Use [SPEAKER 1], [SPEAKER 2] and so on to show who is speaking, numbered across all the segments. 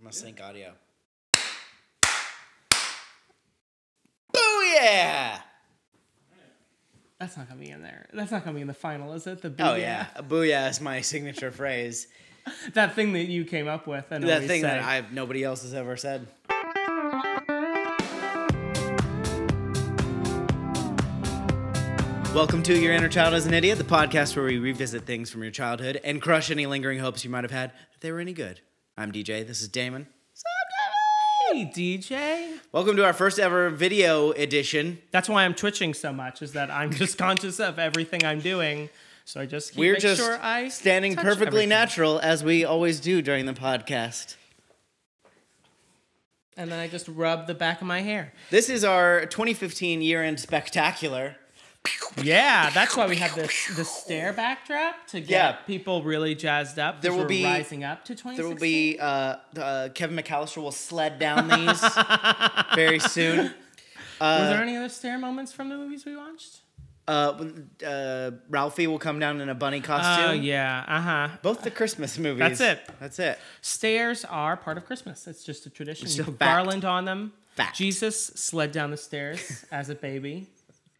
[SPEAKER 1] Must sync audio. Booyah!
[SPEAKER 2] That's not gonna be in there. That's not gonna be in the final, is it? The
[SPEAKER 1] Oh
[SPEAKER 2] booyah?
[SPEAKER 1] yeah, booyah is my signature phrase.
[SPEAKER 2] That thing that you came up with and
[SPEAKER 1] That
[SPEAKER 2] always
[SPEAKER 1] thing that
[SPEAKER 2] say.
[SPEAKER 1] I've nobody else has ever said. Welcome to Your Inner Child as an Idiot, the podcast where we revisit things from your childhood and crush any lingering hopes you might have had that they were any good. I'm DJ. This is Damon.
[SPEAKER 2] Hey DJ.
[SPEAKER 1] Welcome to our first ever video edition.
[SPEAKER 2] That's why I'm twitching so much, is that I'm just conscious of everything I'm doing. So I just keep
[SPEAKER 1] We're
[SPEAKER 2] make
[SPEAKER 1] just
[SPEAKER 2] sure I
[SPEAKER 1] standing
[SPEAKER 2] touch
[SPEAKER 1] perfectly
[SPEAKER 2] everything.
[SPEAKER 1] natural as we always do during the podcast.
[SPEAKER 2] And then I just rub the back of my hair.
[SPEAKER 1] This is our 2015 year-end spectacular.
[SPEAKER 2] Yeah, that's why we have this the stair backdrop to get
[SPEAKER 1] Yeah.
[SPEAKER 2] people really jazzed up. 'cause
[SPEAKER 1] There will
[SPEAKER 2] we're
[SPEAKER 1] be-
[SPEAKER 2] rising up to 2016.
[SPEAKER 1] There will be uh, uh, Kevin McAllister will sled down these very soon.
[SPEAKER 2] Were there any other stair moments from the movies we watched?
[SPEAKER 1] Uh, uh, Ralphie will come down in a bunny costume.
[SPEAKER 2] Oh yeah, uh huh.
[SPEAKER 1] Both the Christmas movies.
[SPEAKER 2] That's it.
[SPEAKER 1] That's it.
[SPEAKER 2] Stairs are part of Christmas. It's just a tradition.
[SPEAKER 1] It's
[SPEAKER 2] you
[SPEAKER 1] a
[SPEAKER 2] put
[SPEAKER 1] fact.
[SPEAKER 2] garland on them.
[SPEAKER 1] Fact.
[SPEAKER 2] Jesus sled down the stairs as a baby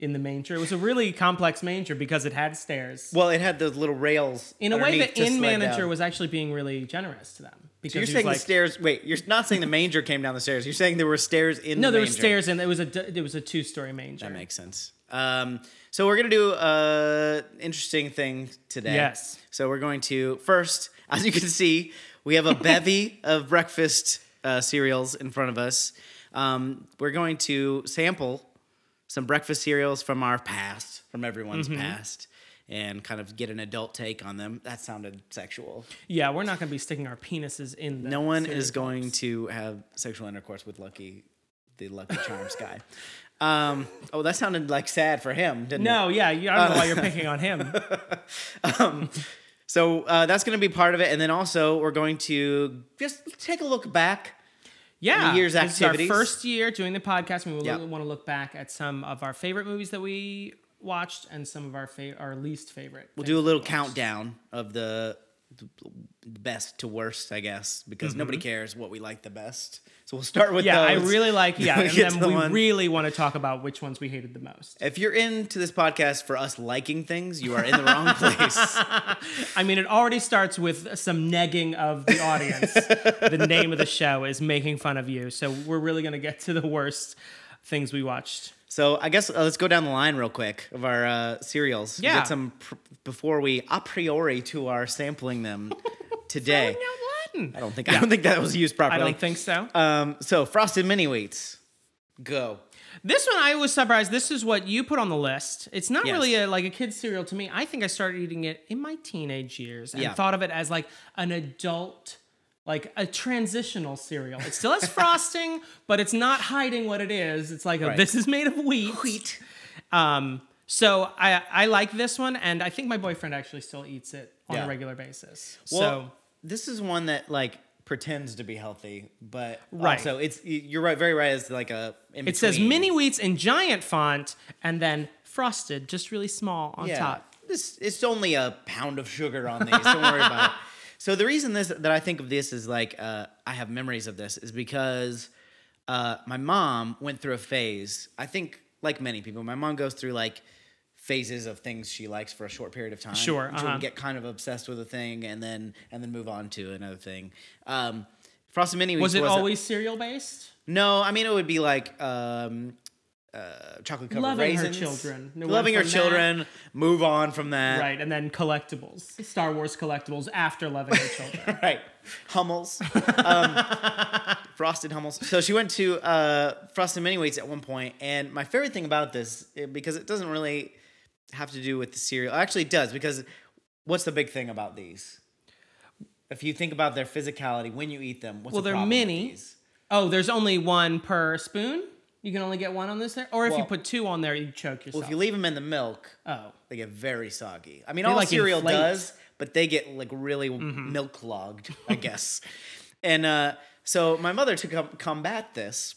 [SPEAKER 2] in the manger. It was a really complex manger because it had stairs.
[SPEAKER 1] Well, it had those little rails.
[SPEAKER 2] in a way,
[SPEAKER 1] underneath
[SPEAKER 2] the
[SPEAKER 1] to
[SPEAKER 2] inn
[SPEAKER 1] sled
[SPEAKER 2] manager
[SPEAKER 1] down.
[SPEAKER 2] was actually being really generous to them because
[SPEAKER 1] So you're
[SPEAKER 2] he was
[SPEAKER 1] saying
[SPEAKER 2] like,
[SPEAKER 1] the stairs. Wait, you're not saying the manger came down the stairs. You're saying there were stairs in.
[SPEAKER 2] No,
[SPEAKER 1] the
[SPEAKER 2] there were
[SPEAKER 1] manger.
[SPEAKER 2] stairs, and it was a d- it was a two story manger.
[SPEAKER 1] That makes sense. Um, so we're gonna do a interesting thing today.
[SPEAKER 2] Yes.
[SPEAKER 1] So we're going to first, as you can see, we have a bevy of breakfast uh, cereals in front of us. Um, we're going to sample some breakfast cereals from our past, from everyone's
[SPEAKER 2] Mm-hmm.
[SPEAKER 1] past, and kind of get an adult take on them. That sounded sexual.
[SPEAKER 2] yeah, we're not going to be sticking our penises in. The
[SPEAKER 1] No one
[SPEAKER 2] cereal
[SPEAKER 1] is going
[SPEAKER 2] box.
[SPEAKER 1] to have sexual intercourse with Lucky, the Lucky Charms guy. Um, oh, that sounded like sad for him, didn't it?
[SPEAKER 2] No, yeah, you, I don't know why you're picking on him.
[SPEAKER 1] So uh, that's going to be part of it, and then also we're going to just take a look back.
[SPEAKER 2] Yeah,
[SPEAKER 1] the year's
[SPEAKER 2] this is
[SPEAKER 1] activities.
[SPEAKER 2] our first year doing the podcast. We will
[SPEAKER 1] Yeah.
[SPEAKER 2] want to look back at some of our favorite movies that we watched and some of our fa- our least favorite.
[SPEAKER 1] We'll do a little countdown of the, the best to worst, I guess, because nobody cares what we like the best. So we'll start with
[SPEAKER 2] Mm-hmm. yeah, I
[SPEAKER 1] those.
[SPEAKER 2] really like yeah,
[SPEAKER 1] We'll
[SPEAKER 2] and
[SPEAKER 1] get to
[SPEAKER 2] then
[SPEAKER 1] the
[SPEAKER 2] we
[SPEAKER 1] one-
[SPEAKER 2] really want to talk about which ones we hated the most.
[SPEAKER 1] If you're into this podcast for us liking things, you are in the wrong place.
[SPEAKER 2] I mean, it already starts with some negging of the audience. the name of the show is making fun of you, so we're really going to get to the worst things we watched.
[SPEAKER 1] So I guess uh, let's go down the line real quick of our uh, cereals.
[SPEAKER 2] Yeah.
[SPEAKER 1] Get some pr- before we a priori to our sampling them today. I don't think I don't think that was used properly.
[SPEAKER 2] I don't think so.
[SPEAKER 1] Um, so frosted mini wheats, go.
[SPEAKER 2] This one I was surprised. This is what you put on the list. It's not
[SPEAKER 1] Yes.
[SPEAKER 2] really a, like a kid's cereal to me. I think I started eating it in my teenage years and
[SPEAKER 1] Yeah.
[SPEAKER 2] thought of it as like an adult, like a transitional cereal. It still has frosting, but it's not hiding what it is. It's like a,
[SPEAKER 1] Right.
[SPEAKER 2] this is made of wheat. Wheat. Um, so I I like this one, and I think my boyfriend actually still eats it on
[SPEAKER 1] Yeah.
[SPEAKER 2] a regular basis. so
[SPEAKER 1] Well, this is one that like pretends to be healthy, but
[SPEAKER 2] Right.
[SPEAKER 1] also it's y- you're right, very right. It's like a in
[SPEAKER 2] it says
[SPEAKER 1] between.
[SPEAKER 2] mini wheats in giant font, and then frosted, just really small on
[SPEAKER 1] Yeah.
[SPEAKER 2] top.
[SPEAKER 1] This it's only a pound of sugar on these. Don't worry about it. So the reason this that I think of this is like uh, I have memories of this is because uh, my mom went through a phase. I think like many people, my mom goes through like phases of things she likes for a short period of time.
[SPEAKER 2] Sure,
[SPEAKER 1] She'll
[SPEAKER 2] uh-huh.
[SPEAKER 1] get kind of obsessed with a thing and then and then move on to another thing. Um, Frosted Mini Wheats
[SPEAKER 2] Was it
[SPEAKER 1] a-
[SPEAKER 2] always cereal based?
[SPEAKER 1] no, I mean it would be like um, uh, chocolate covered
[SPEAKER 2] Loving Her
[SPEAKER 1] raisins.
[SPEAKER 2] Children. No,
[SPEAKER 1] loving her
[SPEAKER 2] went from that-
[SPEAKER 1] children. Move on from that.
[SPEAKER 2] Right, and then collectibles, Star Wars collectibles after loving her children.
[SPEAKER 1] Right. Hummels. Um, frosted Hummels. So she went to uh, Frosted Mini Wheats at one point, and my favorite thing about this, eh, because it doesn't really have to do with the cereal. Actually, it does, because what's the big thing about these? If you think about their physicality when you eat them, what's
[SPEAKER 2] Well,
[SPEAKER 1] the
[SPEAKER 2] they're
[SPEAKER 1] problem
[SPEAKER 2] mini.
[SPEAKER 1] With these?
[SPEAKER 2] oh, there's only one per spoon. You can only get one on this there, or if you
[SPEAKER 1] Well-
[SPEAKER 2] put two on there, you choke
[SPEAKER 1] Well,
[SPEAKER 2] yourself.
[SPEAKER 1] if you leave them in the milk,
[SPEAKER 2] oh,
[SPEAKER 1] they get very soggy. I mean, all
[SPEAKER 2] like,
[SPEAKER 1] cereal
[SPEAKER 2] inflate. Mm-hmm.
[SPEAKER 1] does, but they get like really milk clogged, I guess. and uh, so my mother to com- combat this,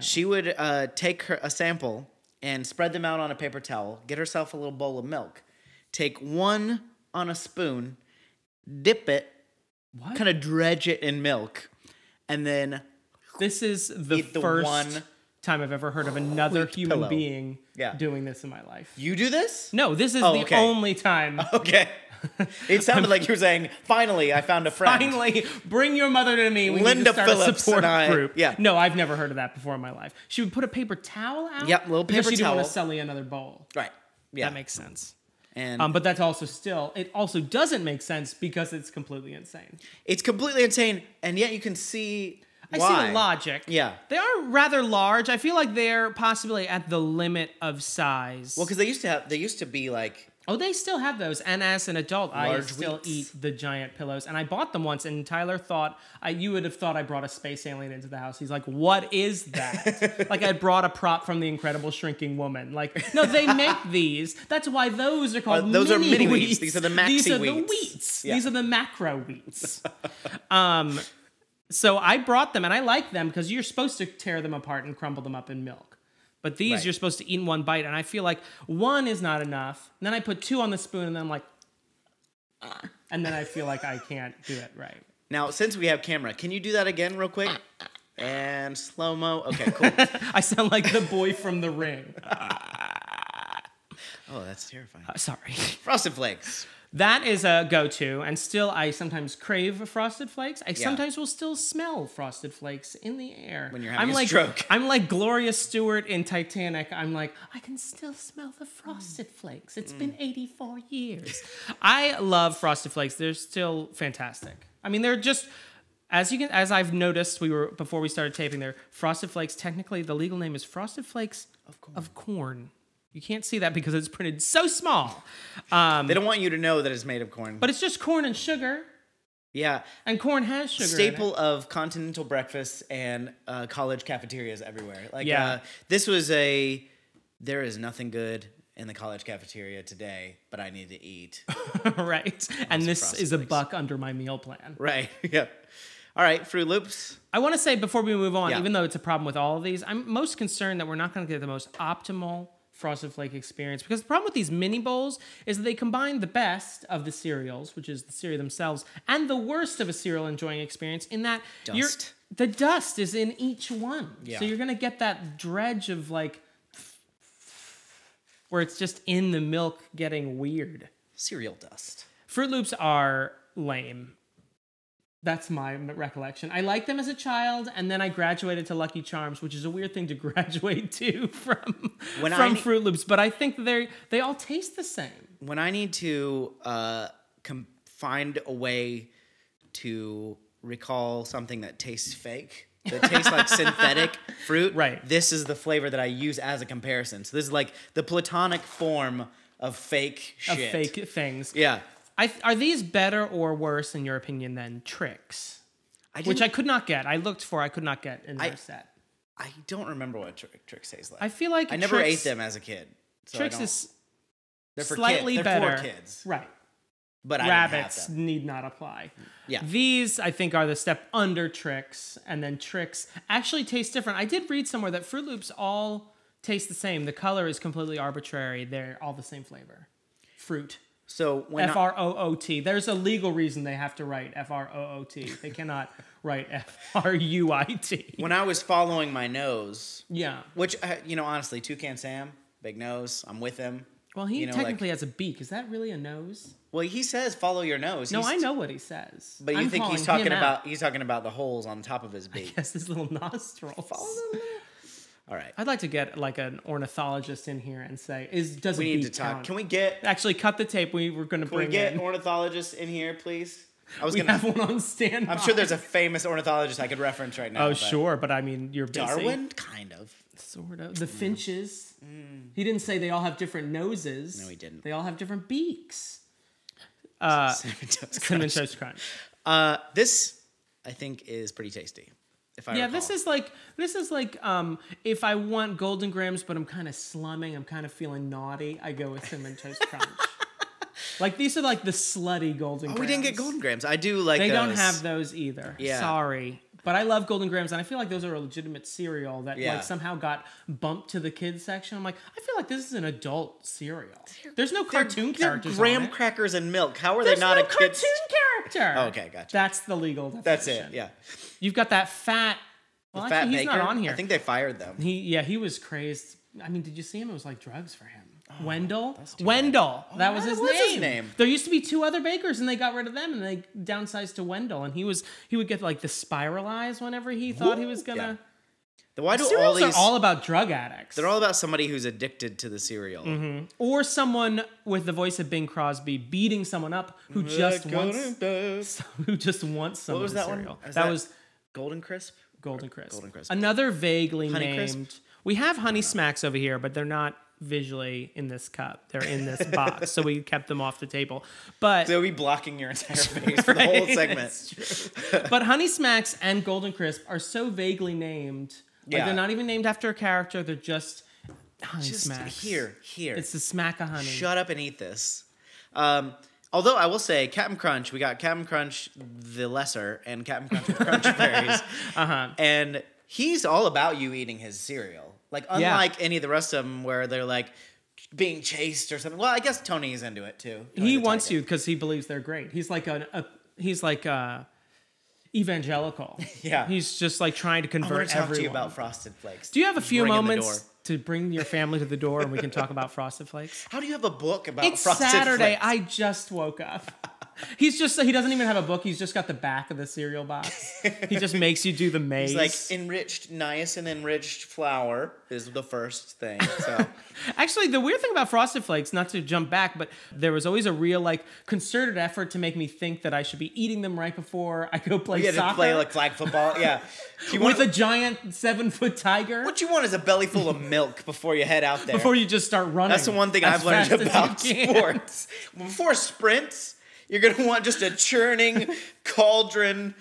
[SPEAKER 1] she would uh, take her a sample and spread them out on a paper towel. Get herself a little bowl of milk. Take one on a spoon, dip it,
[SPEAKER 2] what?
[SPEAKER 1] kind of dredge it in milk, and then
[SPEAKER 2] This is the
[SPEAKER 1] Eat the
[SPEAKER 2] first
[SPEAKER 1] one
[SPEAKER 2] time I've ever heard of another human
[SPEAKER 1] pillow.
[SPEAKER 2] being
[SPEAKER 1] Yeah.
[SPEAKER 2] doing this in my life.
[SPEAKER 1] you do this.
[SPEAKER 2] No, this is
[SPEAKER 1] Oh,
[SPEAKER 2] the
[SPEAKER 1] okay.
[SPEAKER 2] only time.
[SPEAKER 1] Okay. It sounded like you were saying, "Finally, I found a friend."
[SPEAKER 2] Finally, bring your mother to me. We need
[SPEAKER 1] Linda
[SPEAKER 2] to start a
[SPEAKER 1] Phillips
[SPEAKER 2] support
[SPEAKER 1] and I-
[SPEAKER 2] group.
[SPEAKER 1] yeah.
[SPEAKER 2] No, I've never heard of that before in my life. She would put a paper towel out.
[SPEAKER 1] Yep, little
[SPEAKER 2] because
[SPEAKER 1] paper
[SPEAKER 2] she didn't want
[SPEAKER 1] towel.
[SPEAKER 2] to Sully another bowl.
[SPEAKER 1] Right. Yeah.
[SPEAKER 2] That makes sense.
[SPEAKER 1] and
[SPEAKER 2] Um, but that's also still. It also doesn't make sense because it's completely insane.
[SPEAKER 1] it's completely insane, and yet you can see.
[SPEAKER 2] I
[SPEAKER 1] why.
[SPEAKER 2] see the logic.
[SPEAKER 1] Yeah.
[SPEAKER 2] They are rather large. I feel like they're possibly at the limit of size.
[SPEAKER 1] Well, because they used to have, they used to be like,
[SPEAKER 2] oh, they still have those. And as an adult, I
[SPEAKER 1] Large
[SPEAKER 2] still
[SPEAKER 1] wheats.
[SPEAKER 2] eat the giant pillows. And I bought them once, and Tyler thought, I, you would have thought I brought a space alien into the house. He's like, what is that? like I brought a prop from The Incredible Shrinking Woman. Like, no, they make these. That's why those are called
[SPEAKER 1] Uh, those are mini wheats.
[SPEAKER 2] wheats.
[SPEAKER 1] These are the
[SPEAKER 2] These
[SPEAKER 1] maxi
[SPEAKER 2] are the
[SPEAKER 1] wheats.
[SPEAKER 2] wheats.
[SPEAKER 1] Yeah.
[SPEAKER 2] These are the macro wheats. um, so I brought them and I like them because you're supposed to tear them apart and crumble them up in milk. But these
[SPEAKER 1] Right.
[SPEAKER 2] you're supposed to eat in one bite, and I feel like one is not enough. And then I put two on the spoon, and then I'm like, "Ah." and then I feel like I can't do it right.
[SPEAKER 1] now since we have camera, can you do that again real quick? And slow mo. Okay, cool.
[SPEAKER 2] I sound like the boy from the ring.
[SPEAKER 1] Uh, oh, that's terrifying.
[SPEAKER 2] Uh, sorry.
[SPEAKER 1] Frosted Flakes.
[SPEAKER 2] That is a go to, and still I sometimes crave frosted flakes. I sometimes will still smell frosted flakes in the air. When
[SPEAKER 1] you're having
[SPEAKER 2] I'm
[SPEAKER 1] a
[SPEAKER 2] like,
[SPEAKER 1] stroke.
[SPEAKER 2] I'm like Gloria Stewart in Titanic. I'm like, I can still smell the frosted flakes. It's been 84 years. I love frosted flakes. They're still fantastic. I mean, they're just as you can as I've noticed we were before we started taping there, frosted flakes, technically the legal name is frosted flakes of corn. You can't see that because it's printed so small.
[SPEAKER 1] They don't want you to know that it's made of corn.
[SPEAKER 2] Um, But it's just corn and sugar.
[SPEAKER 1] yeah,
[SPEAKER 2] And corn has sugar. in it.
[SPEAKER 1] staple of continental breakfasts and uh, college cafeterias everywhere. Like,
[SPEAKER 2] Yeah.
[SPEAKER 1] uh, this was a. There is nothing good in the college cafeteria today, but I need to eat.
[SPEAKER 2] right. And this
[SPEAKER 1] frosted
[SPEAKER 2] is a
[SPEAKER 1] flakes.
[SPEAKER 2] buck under my meal plan.
[SPEAKER 1] right. Yep. All right. Fruit Loops.
[SPEAKER 2] I want to say before we move on,
[SPEAKER 1] Yeah.
[SPEAKER 2] even though it's a problem with all of these, I'm most concerned that we're not going to get the most optimal frosted flake experience because the problem with these mini bowls is that they combine the best of the cereals, which is the cereal themselves, and the worst of a cereal enjoying experience in that you're-
[SPEAKER 1] Dust.
[SPEAKER 2] the dust is in each one.
[SPEAKER 1] Yeah.
[SPEAKER 2] So you're going to get that dredge of like where it's just in the milk getting weird.
[SPEAKER 1] Cereal dust.
[SPEAKER 2] Fruit Loops are lame. That's my m- recollection. I liked them as a child, and then I graduated to Lucky Charms, which is a weird thing to graduate to from
[SPEAKER 1] When
[SPEAKER 2] from
[SPEAKER 1] I-
[SPEAKER 2] Fruit Loops. But I think that they they all taste the same.
[SPEAKER 1] when I need to uh, com- find a way to recall something that tastes fake, that tastes like synthetic fruit,
[SPEAKER 2] Right.
[SPEAKER 1] This is the flavor that I use as a comparison. So this is like the platonic form of fake
[SPEAKER 2] Of
[SPEAKER 1] shit.
[SPEAKER 2] fake things.
[SPEAKER 1] Yeah.
[SPEAKER 2] I, are these better or worse in your opinion than tricks,
[SPEAKER 1] I
[SPEAKER 2] which I
[SPEAKER 1] didn't-
[SPEAKER 2] could not get? I looked for, I could not get in their set.
[SPEAKER 1] I don't remember what tri- tricks tastes like.
[SPEAKER 2] I feel like
[SPEAKER 1] I never
[SPEAKER 2] Trix-
[SPEAKER 1] ate them as a kid. So I
[SPEAKER 2] Tricks
[SPEAKER 1] don't-
[SPEAKER 2] is
[SPEAKER 1] They're for
[SPEAKER 2] slightly
[SPEAKER 1] kids. They're
[SPEAKER 2] better.
[SPEAKER 1] for kids,
[SPEAKER 2] right?
[SPEAKER 1] but I didn't have
[SPEAKER 2] rabbits
[SPEAKER 1] them.
[SPEAKER 2] need not apply.
[SPEAKER 1] Yeah.
[SPEAKER 2] These, I think, are the step under tricks, and then tricks actually taste different. I did read somewhere that Fruit Loops all taste the same. The color is completely arbitrary. They're all the same flavor. Fruit.
[SPEAKER 1] So when
[SPEAKER 2] F
[SPEAKER 1] I,
[SPEAKER 2] R O O T. There's a legal reason they have to write F R O O T. They cannot write F R U I T.
[SPEAKER 1] when I was following my nose,
[SPEAKER 2] Yeah.
[SPEAKER 1] Which uh, you know, honestly, Toucan Sam, big nose. I'm with him.
[SPEAKER 2] Well, he
[SPEAKER 1] You know, like-
[SPEAKER 2] technically has a beak. Is that really a nose?
[SPEAKER 1] Well, he says follow your nose.
[SPEAKER 2] No,
[SPEAKER 1] He's-
[SPEAKER 2] I know what he says.
[SPEAKER 1] But you
[SPEAKER 2] I'm
[SPEAKER 1] think he's
[SPEAKER 2] calling
[SPEAKER 1] talking
[SPEAKER 2] him
[SPEAKER 1] about
[SPEAKER 2] out.
[SPEAKER 1] he's talking about the holes on top of his beak.
[SPEAKER 2] Yes, his little nostrils.
[SPEAKER 1] All right,
[SPEAKER 2] I'd like to get like an ornithologist in here and say, "Is does
[SPEAKER 1] we
[SPEAKER 2] a
[SPEAKER 1] need to
[SPEAKER 2] beak
[SPEAKER 1] talk.
[SPEAKER 2] count?
[SPEAKER 1] Can we get
[SPEAKER 2] actually cut the tape? We were going to
[SPEAKER 1] can we
[SPEAKER 2] bring
[SPEAKER 1] get
[SPEAKER 2] in.
[SPEAKER 1] ornithologists in here, please? I was
[SPEAKER 2] we
[SPEAKER 1] gonna.
[SPEAKER 2] have one on standby.
[SPEAKER 1] I'm sure there's a famous ornithologist I could reference right now.
[SPEAKER 2] Oh
[SPEAKER 1] but-
[SPEAKER 2] sure, but I mean you're busy.
[SPEAKER 1] Darwin, Mm. kind of.
[SPEAKER 2] sort of. The finches. He didn't say they all have different noses.
[SPEAKER 1] Mm. No, he didn't.
[SPEAKER 2] They all have different beaks. Uh,
[SPEAKER 1] Cinnamon Toast
[SPEAKER 2] Cinnamon
[SPEAKER 1] Crunch.
[SPEAKER 2] toast crunch.
[SPEAKER 1] Uh, this, I think, is pretty tasty. If I
[SPEAKER 2] Yeah,
[SPEAKER 1] recall.
[SPEAKER 2] this is like this is like um if I want golden grams, but I'm kind of slumming, I'm kind of feeling naughty. I go with cinnamon toast crunch. like these are like the slutty golden.
[SPEAKER 1] Oh, we didn't get golden grams. I do like.
[SPEAKER 2] They don't
[SPEAKER 1] those.
[SPEAKER 2] have those either.
[SPEAKER 1] Yeah.
[SPEAKER 2] Sorry. But I love Golden Grams, and I feel like those are a legitimate cereal that
[SPEAKER 1] Yeah.
[SPEAKER 2] like somehow got bumped to the kids section. I'm like, I feel like this is an adult cereal. There's no cartoon
[SPEAKER 1] They're
[SPEAKER 2] characters. on
[SPEAKER 1] graham
[SPEAKER 2] it.
[SPEAKER 1] crackers and milk. How are
[SPEAKER 2] There's
[SPEAKER 1] they not
[SPEAKER 2] no
[SPEAKER 1] a
[SPEAKER 2] cartoon
[SPEAKER 1] kid's?
[SPEAKER 2] character.
[SPEAKER 1] okay, gotcha.
[SPEAKER 2] That's the legal.
[SPEAKER 1] That's it.
[SPEAKER 2] definition.
[SPEAKER 1] Yeah.
[SPEAKER 2] You've got that fat. Well,
[SPEAKER 1] Fat
[SPEAKER 2] actually, he's
[SPEAKER 1] Baker,
[SPEAKER 2] not on here.
[SPEAKER 1] I think they fired them.
[SPEAKER 2] He yeah, he was crazed. I mean, did you see him? It was like drugs for him. Wendell, Wendell, that was
[SPEAKER 1] that
[SPEAKER 2] his
[SPEAKER 1] was
[SPEAKER 2] name.
[SPEAKER 1] his name.
[SPEAKER 2] There used to be two other bakers, and they got rid of them, and they downsized to Wendell. And he was he would get like the spiral eyes whenever he thought he was gonna.
[SPEAKER 1] Then Why do all
[SPEAKER 2] Cereals
[SPEAKER 1] these?
[SPEAKER 2] are all about drug addicts.
[SPEAKER 1] they're all about somebody who's addicted to the cereal.
[SPEAKER 2] Mm-hmm. or someone with the voice of Bing Crosby beating someone up who just wants who just wants some
[SPEAKER 1] was
[SPEAKER 2] of the
[SPEAKER 1] that one?
[SPEAKER 2] cereal.
[SPEAKER 1] Is
[SPEAKER 2] that
[SPEAKER 1] that-
[SPEAKER 2] was
[SPEAKER 1] Golden Crisp.
[SPEAKER 2] Golden Crisp.
[SPEAKER 1] Golden Crisp.
[SPEAKER 2] Another vaguely
[SPEAKER 1] Honey Crisp?
[SPEAKER 2] named. We have Honey Smacks over here, but they're not visually in this cup. They're in this box, so we kept them off the table. But
[SPEAKER 1] They'll be blocking your entire face for the whole
[SPEAKER 2] Right?
[SPEAKER 1] segment.
[SPEAKER 2] but Honey Smacks and Golden Crisp are so vaguely named. Like
[SPEAKER 1] Yeah.
[SPEAKER 2] they're not even named after a character. They're just Honey
[SPEAKER 1] Just
[SPEAKER 2] Smacks.
[SPEAKER 1] here, here.
[SPEAKER 2] It's the smack of honey.
[SPEAKER 1] Shut up and eat this. Um, although I will say, Captain Crunch, we got Captain Crunch the Lesser and Captain Crunch with Crunch Berries. Uh-huh. And he's all about you eating his cereal. Like, unlike any of the rest of them where they're like being chased or something. Well, I guess Tony's into it too. Tony
[SPEAKER 2] he
[SPEAKER 1] the
[SPEAKER 2] wants
[SPEAKER 1] Tiger.
[SPEAKER 2] you because he believes they're great. He's like an a, he's like a evangelical.
[SPEAKER 1] Yeah.
[SPEAKER 2] he's just like trying to
[SPEAKER 1] I want
[SPEAKER 2] convert
[SPEAKER 1] to talk
[SPEAKER 2] everyone.
[SPEAKER 1] to you about Frosted Flakes.
[SPEAKER 2] Do you have a few
[SPEAKER 1] Bring in the
[SPEAKER 2] moments
[SPEAKER 1] door.
[SPEAKER 2] to bring your family to the door and we can talk about Frosted Flakes?
[SPEAKER 1] How do you have a book about
[SPEAKER 2] It's
[SPEAKER 1] Frosted
[SPEAKER 2] Saturday.
[SPEAKER 1] Flakes?
[SPEAKER 2] I just woke up. He's just he doesn't even have a book. He's just got the back of the cereal box. He just makes you do the maze.
[SPEAKER 1] It's like enriched niacin enriched flour is the first thing. So
[SPEAKER 2] Actually, the weird thing about Frosted Flakes, not to jump back, but there was always a real like concerted effort to make me think that I should be eating them right before I go play
[SPEAKER 1] you had
[SPEAKER 2] soccer
[SPEAKER 1] to play like flag football. Yeah. Do you
[SPEAKER 2] with
[SPEAKER 1] want-
[SPEAKER 2] a giant seven foot tiger.
[SPEAKER 1] What you want is a belly full of milk before you head out there.
[SPEAKER 2] before you just start running.
[SPEAKER 1] That's the one thing
[SPEAKER 2] as
[SPEAKER 1] I've learned
[SPEAKER 2] fast as you
[SPEAKER 1] about
[SPEAKER 2] can.
[SPEAKER 1] sports. Before sprints, you're gonna want just a churning cauldron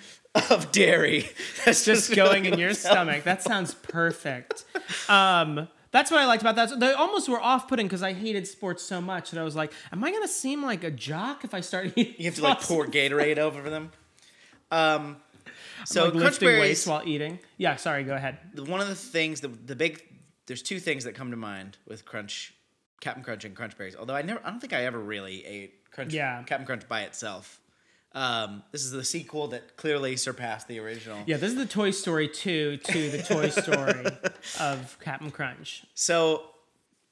[SPEAKER 1] of dairy. That's just,
[SPEAKER 2] just going
[SPEAKER 1] gonna
[SPEAKER 2] in your
[SPEAKER 1] help.
[SPEAKER 2] stomach. That sounds perfect. Um, that's what I liked about that. They almost were off putting because I hated sports so much that I was like, am I going to seem like a jock if I start eating?
[SPEAKER 1] You have to like
[SPEAKER 2] sauce?
[SPEAKER 1] pour Gatorade over them. Um, so
[SPEAKER 2] like
[SPEAKER 1] Crunch
[SPEAKER 2] lifting
[SPEAKER 1] Berries.
[SPEAKER 2] weights while eating. Yeah, sorry, go ahead.
[SPEAKER 1] the- one of the things the, the big there's two things that come to mind with crunch captain crunch and crunch berries although i never i don't think i ever really ate crunch
[SPEAKER 2] Yeah.
[SPEAKER 1] captain crunch by itself um, this is the sequel that clearly surpassed the original
[SPEAKER 2] Yeah, this is the Toy Story 2 to the Toy Story of Captain Crunch.
[SPEAKER 1] so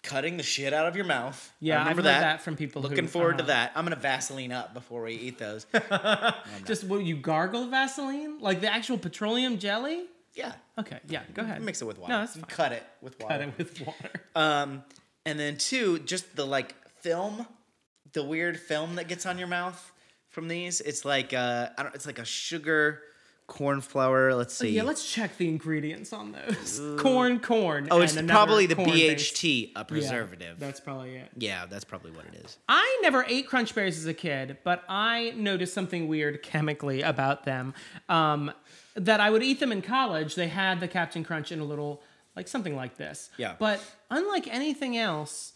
[SPEAKER 1] cutting the shit out of your mouth I
[SPEAKER 2] Yeah, I
[SPEAKER 1] remember
[SPEAKER 2] have heard that from people
[SPEAKER 1] looking
[SPEAKER 2] who,
[SPEAKER 1] forward to
[SPEAKER 2] uh-huh.
[SPEAKER 1] that i'm gonna vaseline up before we eat those
[SPEAKER 2] Just, will you gargle Vaseline? Like the actual petroleum jelly?
[SPEAKER 1] yeah
[SPEAKER 2] Okay, yeah, go ahead.
[SPEAKER 1] mix it with water
[SPEAKER 2] No, that's fine.
[SPEAKER 1] cut it with water
[SPEAKER 2] Cut it with water.
[SPEAKER 1] Um, and then two, just the like film, the weird film that gets on your mouth from these. It's like uh, I don't. It's like a sugar corn flour. Let's see.
[SPEAKER 2] Oh, Yeah, let's check the ingredients on those. Corn, corn.
[SPEAKER 1] oh, it's
[SPEAKER 2] and another
[SPEAKER 1] probably the
[SPEAKER 2] corn-based-
[SPEAKER 1] BHT, a
[SPEAKER 2] Yeah,
[SPEAKER 1] preservative. Yeah that's-,
[SPEAKER 2] that's probably it.
[SPEAKER 1] probably what it is.
[SPEAKER 2] I never ate crunch berries as a kid, but I noticed something weird chemically about them. Um, that I would eat them in college. They had the Captain Crunch in a little, like something like this.
[SPEAKER 1] Yeah.
[SPEAKER 2] But unlike anything else,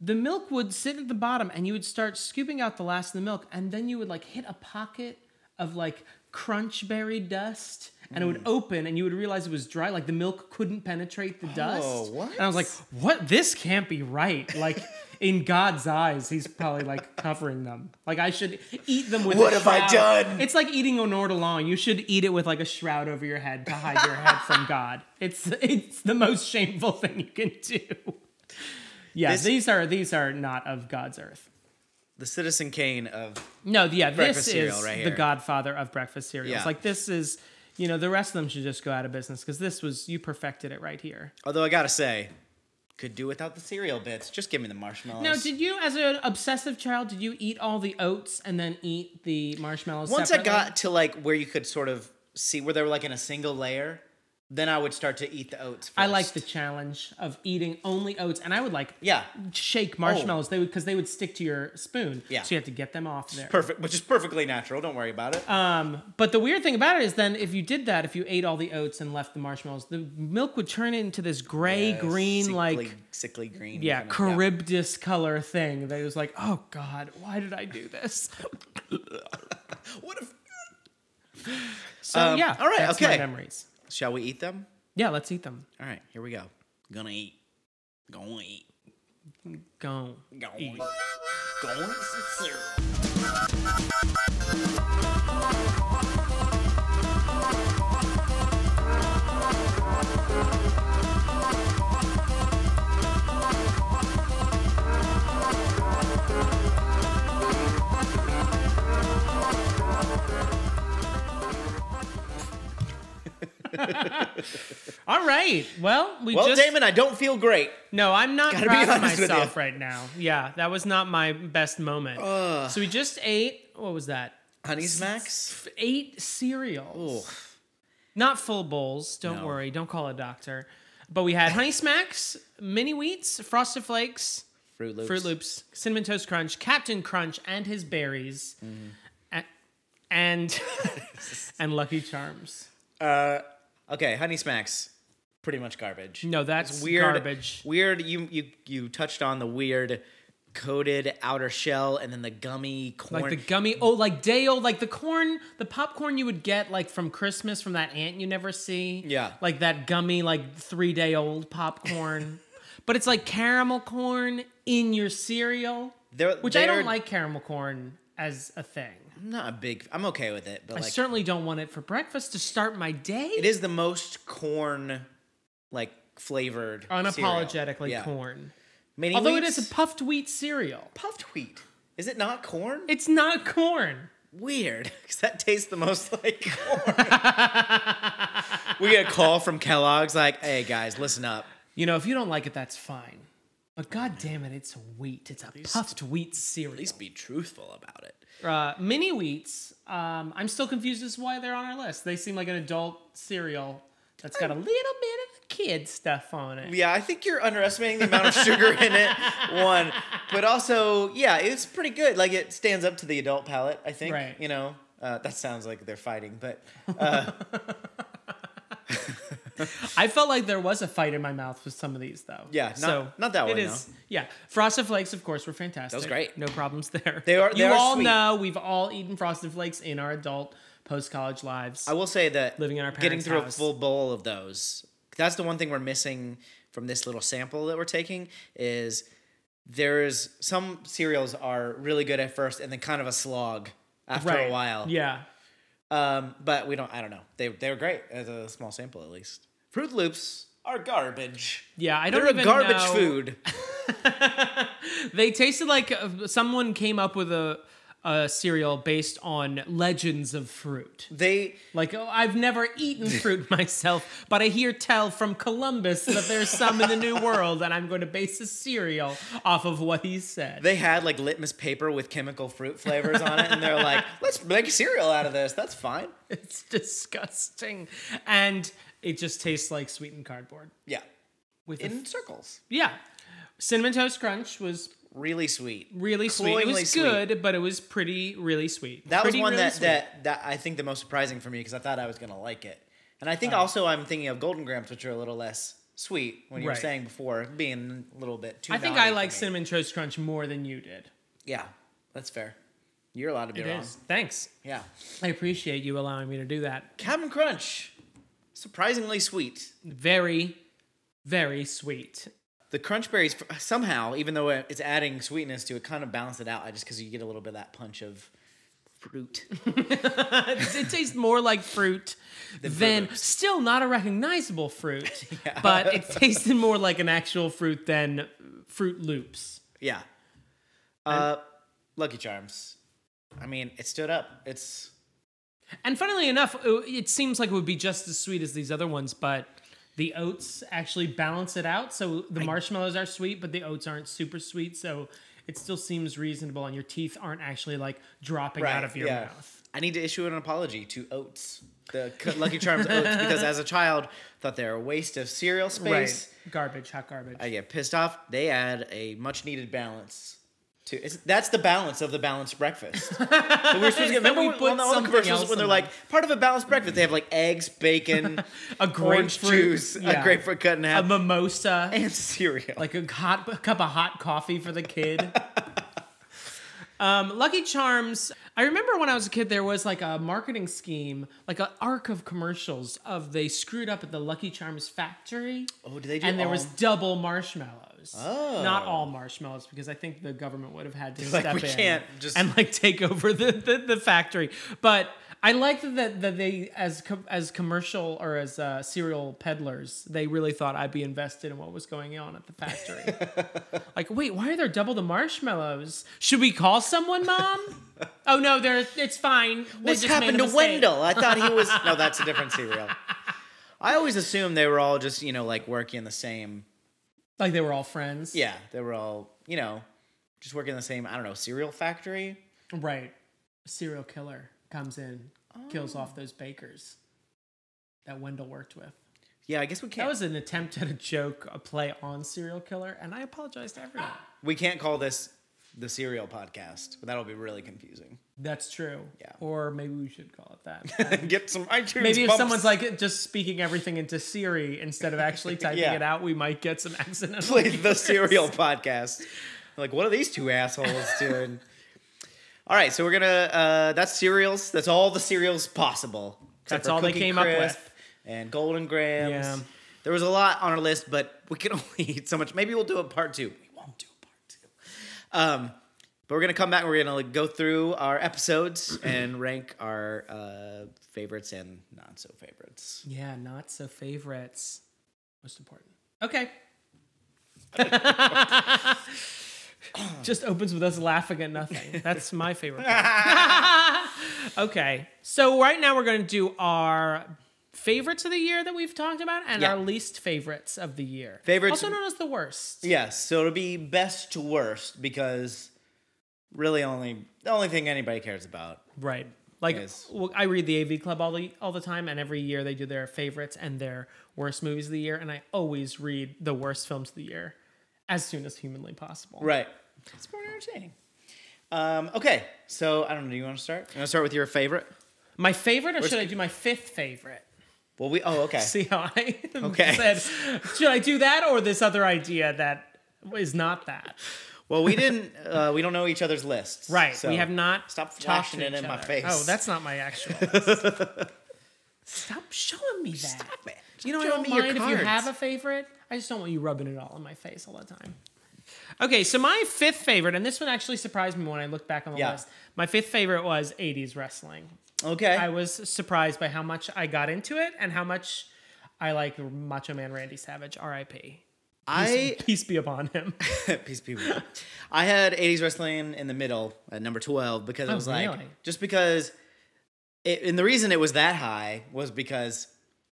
[SPEAKER 2] the milk would sit at the bottom and you would start scooping out the last of the milk and then you would like hit a pocket of like crunch berry dust and it would open and you would realize it was dry like the milk couldn't penetrate the dust
[SPEAKER 1] what?
[SPEAKER 2] and i was like what this can't be right like in god's eyes he's probably like covering them like i should eat them with a
[SPEAKER 1] What have I
[SPEAKER 2] shroud.
[SPEAKER 1] done?
[SPEAKER 2] it's like eating an ortolan you should eat it with like a shroud over your head to hide your head from god it's it's the most shameful thing you can do yeah,
[SPEAKER 1] This-
[SPEAKER 2] these are these are not of God's earth.
[SPEAKER 1] The Citizen Kane of
[SPEAKER 2] No, yeah,
[SPEAKER 1] Breakfast
[SPEAKER 2] this
[SPEAKER 1] cereal
[SPEAKER 2] is
[SPEAKER 1] right
[SPEAKER 2] the
[SPEAKER 1] here.
[SPEAKER 2] Godfather of breakfast cereals.
[SPEAKER 1] Yeah.
[SPEAKER 2] Like this is, you know, the rest of them should just go out of business because this was you perfected it right here.
[SPEAKER 1] although I gotta say, could do without the cereal bits. Just give me the marshmallows.
[SPEAKER 2] Now, did you, as an obsessive child, did you eat all the oats and then eat the marshmallows?
[SPEAKER 1] Once
[SPEAKER 2] separately?
[SPEAKER 1] I got to like where you could sort of see where they were like in a single layer, then I would start to eat the oats. First.
[SPEAKER 2] I like the challenge of eating only oats, and I would like
[SPEAKER 1] yeah.
[SPEAKER 2] shake marshmallows. They would because they would stick to your spoon.
[SPEAKER 1] Oh. Yeah.
[SPEAKER 2] so you had to get them off there.
[SPEAKER 1] Perfect, which is perfectly natural. Don't worry about it.
[SPEAKER 2] But the weird thing about it is, then if you did that, if you ate all the oats and left the marshmallows, the milk would turn into this gray
[SPEAKER 1] Yeah,
[SPEAKER 2] green,
[SPEAKER 1] sickly,
[SPEAKER 2] like
[SPEAKER 1] sickly green.
[SPEAKER 2] yeah,
[SPEAKER 1] kinda-
[SPEAKER 2] Charybdis color thing. That was like, oh god, why did I do this?
[SPEAKER 1] What if
[SPEAKER 2] So
[SPEAKER 1] Um,
[SPEAKER 2] yeah,
[SPEAKER 1] all right,
[SPEAKER 2] that's my
[SPEAKER 1] okay.
[SPEAKER 2] memories.
[SPEAKER 1] Shall we eat them?
[SPEAKER 2] Yeah, let's eat them.
[SPEAKER 1] All right, here we go. Gonna eat. Gonna eat.
[SPEAKER 2] Go.
[SPEAKER 1] Gonna
[SPEAKER 2] Eat.
[SPEAKER 1] eat. Gonna eat some cereal.
[SPEAKER 2] All right. Well, we
[SPEAKER 1] Well,
[SPEAKER 2] just
[SPEAKER 1] Damon, I don't feel great.
[SPEAKER 2] No, I'm not
[SPEAKER 1] Gotta be
[SPEAKER 2] proud of
[SPEAKER 1] honest with
[SPEAKER 2] myself
[SPEAKER 1] you.
[SPEAKER 2] right now. Yeah, that was not my best moment. So we just ate. What was that?
[SPEAKER 1] Honey smacks.
[SPEAKER 2] Eight cereals.
[SPEAKER 1] Ooh.
[SPEAKER 2] Not full bowls. Don't
[SPEAKER 1] No.
[SPEAKER 2] worry. Don't call a doctor. But we had Honey Smacks, Mini Wheats, Frosted Flakes,
[SPEAKER 1] Fruit Loops.
[SPEAKER 2] Fruit Loops, Cinnamon Toast Crunch, Captain Crunch, and his berries, a- and and Lucky Charms.
[SPEAKER 1] Uh, Okay, Honey Smacks. Pretty much garbage.
[SPEAKER 2] No, that's
[SPEAKER 1] weird
[SPEAKER 2] garbage.
[SPEAKER 1] Weird. You you you touched on the weird coated outer shell and then the gummy corn.
[SPEAKER 2] Like the gummy, oh, like day old, like the corn, the popcorn you would get like from Christmas from that aunt you never see.
[SPEAKER 1] Yeah.
[SPEAKER 2] Like that gummy, like three day old popcorn. but it's like caramel corn in your cereal,
[SPEAKER 1] They're-
[SPEAKER 2] which I
[SPEAKER 1] they're
[SPEAKER 2] don't like caramel corn as a thing.
[SPEAKER 1] I'm not a big. I'm okay with it, but
[SPEAKER 2] I
[SPEAKER 1] like
[SPEAKER 2] certainly don't want it for breakfast to start my day.
[SPEAKER 1] it is the most corn like flavored cereal.
[SPEAKER 2] Unapologetically
[SPEAKER 1] Yeah.
[SPEAKER 2] corn.
[SPEAKER 1] Mini
[SPEAKER 2] Although
[SPEAKER 1] Wheats?
[SPEAKER 2] it is a puffed wheat cereal,
[SPEAKER 1] puffed wheat. Is it not corn?
[SPEAKER 2] it's not corn.
[SPEAKER 1] Weird, because that tastes the most like corn. we get a call from Kellogg's, like, "Hey guys, listen up.
[SPEAKER 2] You know, if you don't like it, that's fine. But god damn it, it's wheat. It's a puffed wheat cereal.
[SPEAKER 1] Please be truthful about it."
[SPEAKER 2] Uh, mini wheats. Um, I'm still confused as to why they're on our list. They seem like an adult cereal that's got a little bit of the kid stuff on it.
[SPEAKER 1] Yeah, I think you're underestimating the amount of sugar in it. One, but also, yeah, it's pretty good. Like it stands up to the adult palate. I think.
[SPEAKER 2] Right.
[SPEAKER 1] You know, uh, that sounds like they're fighting, but
[SPEAKER 2] I felt like there was a fight in my mouth with some of these though.
[SPEAKER 1] Yeah, not-
[SPEAKER 2] so
[SPEAKER 1] not that
[SPEAKER 2] it
[SPEAKER 1] one,
[SPEAKER 2] is- Yeah, Frosted Flakes, of course, were fantastic.
[SPEAKER 1] was great.
[SPEAKER 2] No problems there.
[SPEAKER 1] They are- they
[SPEAKER 2] you
[SPEAKER 1] are
[SPEAKER 2] all
[SPEAKER 1] sweet.
[SPEAKER 2] know we've all eaten Frosted Flakes in our adult post college lives.
[SPEAKER 1] I will say that
[SPEAKER 2] Living in our
[SPEAKER 1] getting
[SPEAKER 2] parents'
[SPEAKER 1] through
[SPEAKER 2] house.
[SPEAKER 1] a full bowl of those. That's the one thing we're missing from this little sample that we're taking is there's some cereals are really good at first and then kind of a slog after a while.
[SPEAKER 2] Yeah.
[SPEAKER 1] Um, but we don't. I don't know. They they were great as a small sample at least. Fruit Loops are garbage.
[SPEAKER 2] Yeah, I don't
[SPEAKER 1] They're a
[SPEAKER 2] even
[SPEAKER 1] garbage
[SPEAKER 2] know-
[SPEAKER 1] food.
[SPEAKER 2] They tasted like uh, someone came up with a, a cereal based on legends of fruit.
[SPEAKER 1] They
[SPEAKER 2] Like, oh, I've never eaten fruit myself, but I hear tell from Columbus that there's some in the New World, and I'm going to base a cereal off of what he said.
[SPEAKER 1] they had like litmus paper with chemical fruit flavors on it, and they're like, let's make a cereal out of this. That's fine.
[SPEAKER 2] It's disgusting. And it just tastes like sweetened cardboard.
[SPEAKER 1] Yeah,
[SPEAKER 2] With a f-
[SPEAKER 1] in circles.
[SPEAKER 2] yeah. Cinnamon Toast Crunch was
[SPEAKER 1] Really sweet.
[SPEAKER 2] really sweet. It
[SPEAKER 1] Cloyingly
[SPEAKER 2] was
[SPEAKER 1] sweet.
[SPEAKER 2] good, but it was pretty, really sweet.
[SPEAKER 1] That
[SPEAKER 2] pretty,
[SPEAKER 1] was one
[SPEAKER 2] really
[SPEAKER 1] that,
[SPEAKER 2] sweet.
[SPEAKER 1] that that I think the most surprising for me because I thought I was gonna like it, and I think also I'm thinking of Golden Grams, which are a little less sweet. When you
[SPEAKER 2] Right.
[SPEAKER 1] were saying before, being a little bit too.
[SPEAKER 2] I think
[SPEAKER 1] naughty
[SPEAKER 2] I
[SPEAKER 1] for
[SPEAKER 2] like
[SPEAKER 1] me.
[SPEAKER 2] Cinnamon Toast Crunch more than you did.
[SPEAKER 1] Yeah, that's fair. You're allowed to be
[SPEAKER 2] It
[SPEAKER 1] wrong.
[SPEAKER 2] is. Thanks.
[SPEAKER 1] Yeah,
[SPEAKER 2] I appreciate you allowing me to do that.
[SPEAKER 1] Captain Crunch, surprisingly sweet.
[SPEAKER 2] Very, very sweet.
[SPEAKER 1] The crunch berries f- somehow, even though it- it's adding sweetness to it, kind of balance it out. I just because you get a little bit of that punch of fruit.
[SPEAKER 2] it tastes more like fruit than, still not a recognizable fruit, but it tasted more like an actual fruit than Fruit Loops.
[SPEAKER 1] Yeah. Uh, Lucky Charms. I mean, it stood up. It's
[SPEAKER 2] And funnily enough, it it seems like it would be just as sweet as these other ones, but the oats actually balance it out. So the marshmallows are sweet, but the oats aren't super sweet. So it still seems reasonable, and your teeth aren't actually like dropping out
[SPEAKER 1] Right,
[SPEAKER 2] of your
[SPEAKER 1] yeah.
[SPEAKER 2] mouth.
[SPEAKER 1] I need to issue an apology to Oats, the C- Lucky Charms Oats, because as a child, thought they were a waste of cereal space.
[SPEAKER 2] Right. Garbage, hot garbage.
[SPEAKER 1] I get pissed off. They add a much needed balance. To, it's, that's the balance of the balanced breakfast. So we're supposed to get,
[SPEAKER 2] Then
[SPEAKER 1] remember
[SPEAKER 2] we
[SPEAKER 1] when-
[SPEAKER 2] put
[SPEAKER 1] on the- on the
[SPEAKER 2] something
[SPEAKER 1] commercials
[SPEAKER 2] else
[SPEAKER 1] when
[SPEAKER 2] in
[SPEAKER 1] they're
[SPEAKER 2] there.
[SPEAKER 1] like part of a balanced breakfast, they have like eggs, bacon,
[SPEAKER 2] a
[SPEAKER 1] orange
[SPEAKER 2] grapefruit
[SPEAKER 1] juice,
[SPEAKER 2] yeah.
[SPEAKER 1] a grapefruit cut in
[SPEAKER 2] a
[SPEAKER 1] half,
[SPEAKER 2] mimosa,
[SPEAKER 1] and cereal.
[SPEAKER 2] like a hot a cup of hot coffee for the kid. Um, Lucky Charms. I remember when I was a kid, there was like a marketing scheme, like an arc of commercials of they screwed up at the Lucky Charms factory.
[SPEAKER 1] Oh, did they do
[SPEAKER 2] And there
[SPEAKER 1] all-
[SPEAKER 2] was double marshmallows.
[SPEAKER 1] Oh.
[SPEAKER 2] Not all marshmallows, because I think the government would have had to
[SPEAKER 1] like,
[SPEAKER 2] step
[SPEAKER 1] "We
[SPEAKER 2] in
[SPEAKER 1] can't just-
[SPEAKER 2] and like take over the, the, the factory. But I like that that they as com- as commercial or as uh, serial peddlers, they really thought I'd be invested in what was going on at the factory. Like, wait, why are there double the marshmallows? Should we call someone, Mom? oh no, they're it's fine. They
[SPEAKER 1] What's
[SPEAKER 2] just made a
[SPEAKER 1] happened to
[SPEAKER 2] mistake.
[SPEAKER 1] Wendell? I thought he was. No, that's a different serial. I always assumed they were all just, you know, like working the same.
[SPEAKER 2] Like they were all friends.
[SPEAKER 1] Yeah, they were all, you know, just working the same, I don't know, cereal factory.
[SPEAKER 2] Right. A serial killer comes in, kills off
[SPEAKER 1] Oh.
[SPEAKER 2] those bakers that Wendell worked with.
[SPEAKER 1] Yeah, I guess we can't.
[SPEAKER 2] That was an attempt at a joke, a play on serial killer, and I apologize to everyone.
[SPEAKER 1] we can't call this the serial podcast, but that'll be really confusing.
[SPEAKER 2] That's true.
[SPEAKER 1] Yeah.
[SPEAKER 2] Or maybe we should call it that.
[SPEAKER 1] Get some iTunes.
[SPEAKER 2] Maybe if
[SPEAKER 1] bumps.
[SPEAKER 2] someone's like just speaking everything into Siri instead of actually typing
[SPEAKER 1] Yeah.
[SPEAKER 2] it out, we might get some accidental.
[SPEAKER 1] play the
[SPEAKER 2] errors.
[SPEAKER 1] serial podcast. Like, what are these two assholes doing? All right, so we're gonna. Uh, that's cereals. That's all the cereals possible. except
[SPEAKER 2] That's
[SPEAKER 1] for
[SPEAKER 2] all they
[SPEAKER 1] Cookie
[SPEAKER 2] came up with.
[SPEAKER 1] Crisp And Golden Grams.
[SPEAKER 2] Yeah.
[SPEAKER 1] There was a lot on our list, but we can only eat so much. Maybe we'll do a part two. We won't do a part two. Um, but we're gonna come back. and We're gonna like, go through our episodes and rank our uh, favorites and not so favorites.
[SPEAKER 2] Yeah, not so favorites. Most important. Okay. Just opens with us laughing at nothing. That's my favorite. part. okay. So right now we're going to do our favorites of the year that we've talked about and
[SPEAKER 1] Yeah.
[SPEAKER 2] our least favorites of the year.
[SPEAKER 1] Favorites-
[SPEAKER 2] also known as the worst.
[SPEAKER 1] Yes, so it'll be best to worst because really only the only thing anybody cares about.
[SPEAKER 2] Right. Like
[SPEAKER 1] Yes.
[SPEAKER 2] well, I read the AV Club all the all the time, and every year they do their favorites and their worst movies of the year, and I always read the worst films of the year as soon as humanly possible.
[SPEAKER 1] Right. It's more entertaining. Um, okay, so I don't know. Do you want to start? You want to start with your favorite?
[SPEAKER 2] My favorite, or should I do my fifth favorite?
[SPEAKER 1] Well, we. Oh, okay.
[SPEAKER 2] See how I
[SPEAKER 1] Okay.
[SPEAKER 2] said, should I do that or this other idea that is not that?
[SPEAKER 1] Well, we didn't. Uh, we don't know each other's lists.
[SPEAKER 2] Right.
[SPEAKER 1] so
[SPEAKER 2] we have not
[SPEAKER 1] Stop
[SPEAKER 2] talked
[SPEAKER 1] flashing
[SPEAKER 2] to
[SPEAKER 1] it
[SPEAKER 2] each
[SPEAKER 1] in my
[SPEAKER 2] other.
[SPEAKER 1] face.
[SPEAKER 2] Oh, that's not my actual. list. Stop showing me that.
[SPEAKER 1] Stop it.
[SPEAKER 2] You know, I
[SPEAKER 1] Show
[SPEAKER 2] don't
[SPEAKER 1] me your
[SPEAKER 2] mind if you
[SPEAKER 1] cards.
[SPEAKER 2] have a favorite. I just don't want you rubbing it all in my face all the time. Okay, so my fifth favorite, and this one actually surprised me when I look back on the
[SPEAKER 1] Yeah.
[SPEAKER 2] list. My fifth favorite was 80s wrestling.
[SPEAKER 1] Okay.
[SPEAKER 2] I was surprised by how much I got into it and how much I like Macho Man Randy Savage, RIP.
[SPEAKER 1] I
[SPEAKER 2] Peace be upon him.
[SPEAKER 1] Peace be with you. I had 80s wrestling in the middle at number 12 because it
[SPEAKER 2] Oh,
[SPEAKER 1] was like,
[SPEAKER 2] really?
[SPEAKER 1] just because, it, and the reason it was that high was because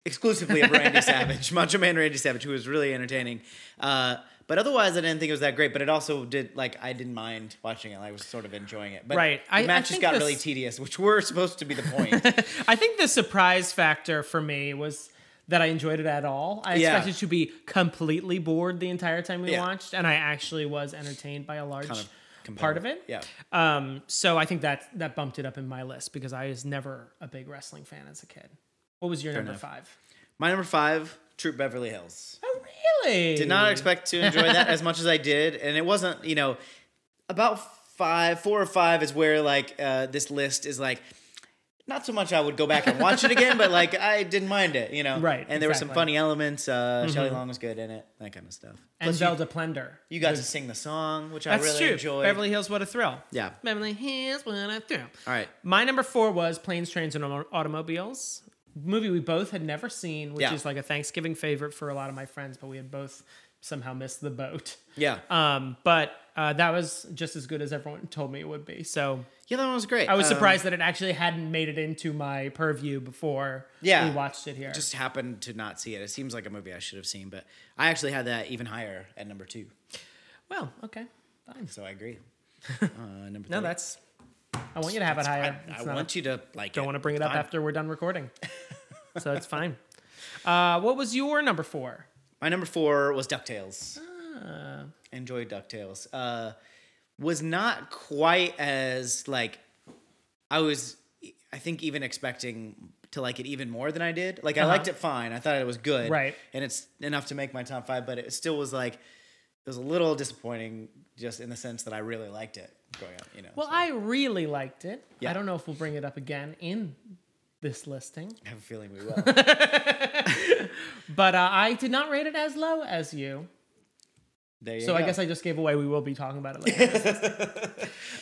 [SPEAKER 1] exclusively of Randy Savage, Macho Man Randy Savage, who was really entertaining. Uh, but otherwise, I didn't think it was that great. But it also did, like, I didn't mind watching it. I was sort of enjoying it. But
[SPEAKER 2] Right. I- I
[SPEAKER 1] the matches
[SPEAKER 2] think
[SPEAKER 1] got
[SPEAKER 2] this-
[SPEAKER 1] really tedious, which were supposed to be the point.
[SPEAKER 2] I think the surprise factor for me was that I enjoyed it at all. I
[SPEAKER 1] Yeah.
[SPEAKER 2] expected to be completely bored the entire time we
[SPEAKER 1] Yeah.
[SPEAKER 2] watched, and I actually was entertained by a large
[SPEAKER 1] Kind of
[SPEAKER 2] part of it.
[SPEAKER 1] Yeah.
[SPEAKER 2] Um, so I think that that bumped it up in my list because I was never a big wrestling fan as a kid. What was your number
[SPEAKER 1] enough.
[SPEAKER 2] five?
[SPEAKER 1] My number five, Troop Beverly Hills.
[SPEAKER 2] Oh, really?
[SPEAKER 1] Did not expect to enjoy that as much as I did, and it wasn't. You know, about five, four or five is where like uh, this list is like. Not so much I would go back and watch it again, but like I didn't mind it, you know.
[SPEAKER 2] Right,
[SPEAKER 1] And there were some
[SPEAKER 2] exactly. Mm-hmm.
[SPEAKER 1] funny elements. Uh, Shelley Long was good in it, that kind of stuff.
[SPEAKER 2] And
[SPEAKER 1] Plus, you,
[SPEAKER 2] Zelda Plender.
[SPEAKER 1] you got to sing the song, which I
[SPEAKER 2] That's
[SPEAKER 1] really
[SPEAKER 2] true.
[SPEAKER 1] enjoyed.
[SPEAKER 2] Beverly Hills, what a thrill.
[SPEAKER 1] Yeah.
[SPEAKER 2] Beverly Hills, what a thrill.
[SPEAKER 1] All right.
[SPEAKER 2] My number four was Planes, Trains, and Auto- Automobiles. Movie we both had never seen, which
[SPEAKER 1] Yeah.
[SPEAKER 2] is like a Thanksgiving favorite for a lot of my friends, but we had both somehow missed the boat.
[SPEAKER 1] Yeah.
[SPEAKER 2] Um, but uh, that was just as good as everyone told me it would be. So
[SPEAKER 1] yeah, that one was great.
[SPEAKER 2] I was
[SPEAKER 1] Um,
[SPEAKER 2] surprised that it actually hadn't made it into my purview before
[SPEAKER 1] Yeah.
[SPEAKER 2] we watched it here.
[SPEAKER 1] Just happened to not see it. It seems like a movie I should have seen, but I actually had that even higher at number two.
[SPEAKER 2] well, okay. Fine.
[SPEAKER 1] So I agree. Uh, number
[SPEAKER 2] No,
[SPEAKER 1] three.
[SPEAKER 2] that's. I want you to have it higher.
[SPEAKER 1] I,
[SPEAKER 2] It's
[SPEAKER 1] I
[SPEAKER 2] not a-
[SPEAKER 1] want you to like.
[SPEAKER 2] don't want to bring it up after we're done recording. so it's fine. Uh, what was your number four?
[SPEAKER 1] My number four was DuckTales.
[SPEAKER 2] Ah.
[SPEAKER 1] Enjoyed DuckTales. Uh, was not quite as like I was I think even expecting to like it even more than I did. Like I liked it fine. I thought it was good.
[SPEAKER 2] Uh-huh. Right.
[SPEAKER 1] And it's enough to make my top five, but it still was like it was a little disappointing just in the sense that I really liked it. going on. You know,
[SPEAKER 2] Well, I really liked it.
[SPEAKER 1] Yeah.
[SPEAKER 2] I don't know if we'll bring it up again in this listing,
[SPEAKER 1] I have a feeling we will.
[SPEAKER 2] but uh, I did not rate it as low as you.
[SPEAKER 1] There you
[SPEAKER 2] So I guess I just gave away we will be talking about it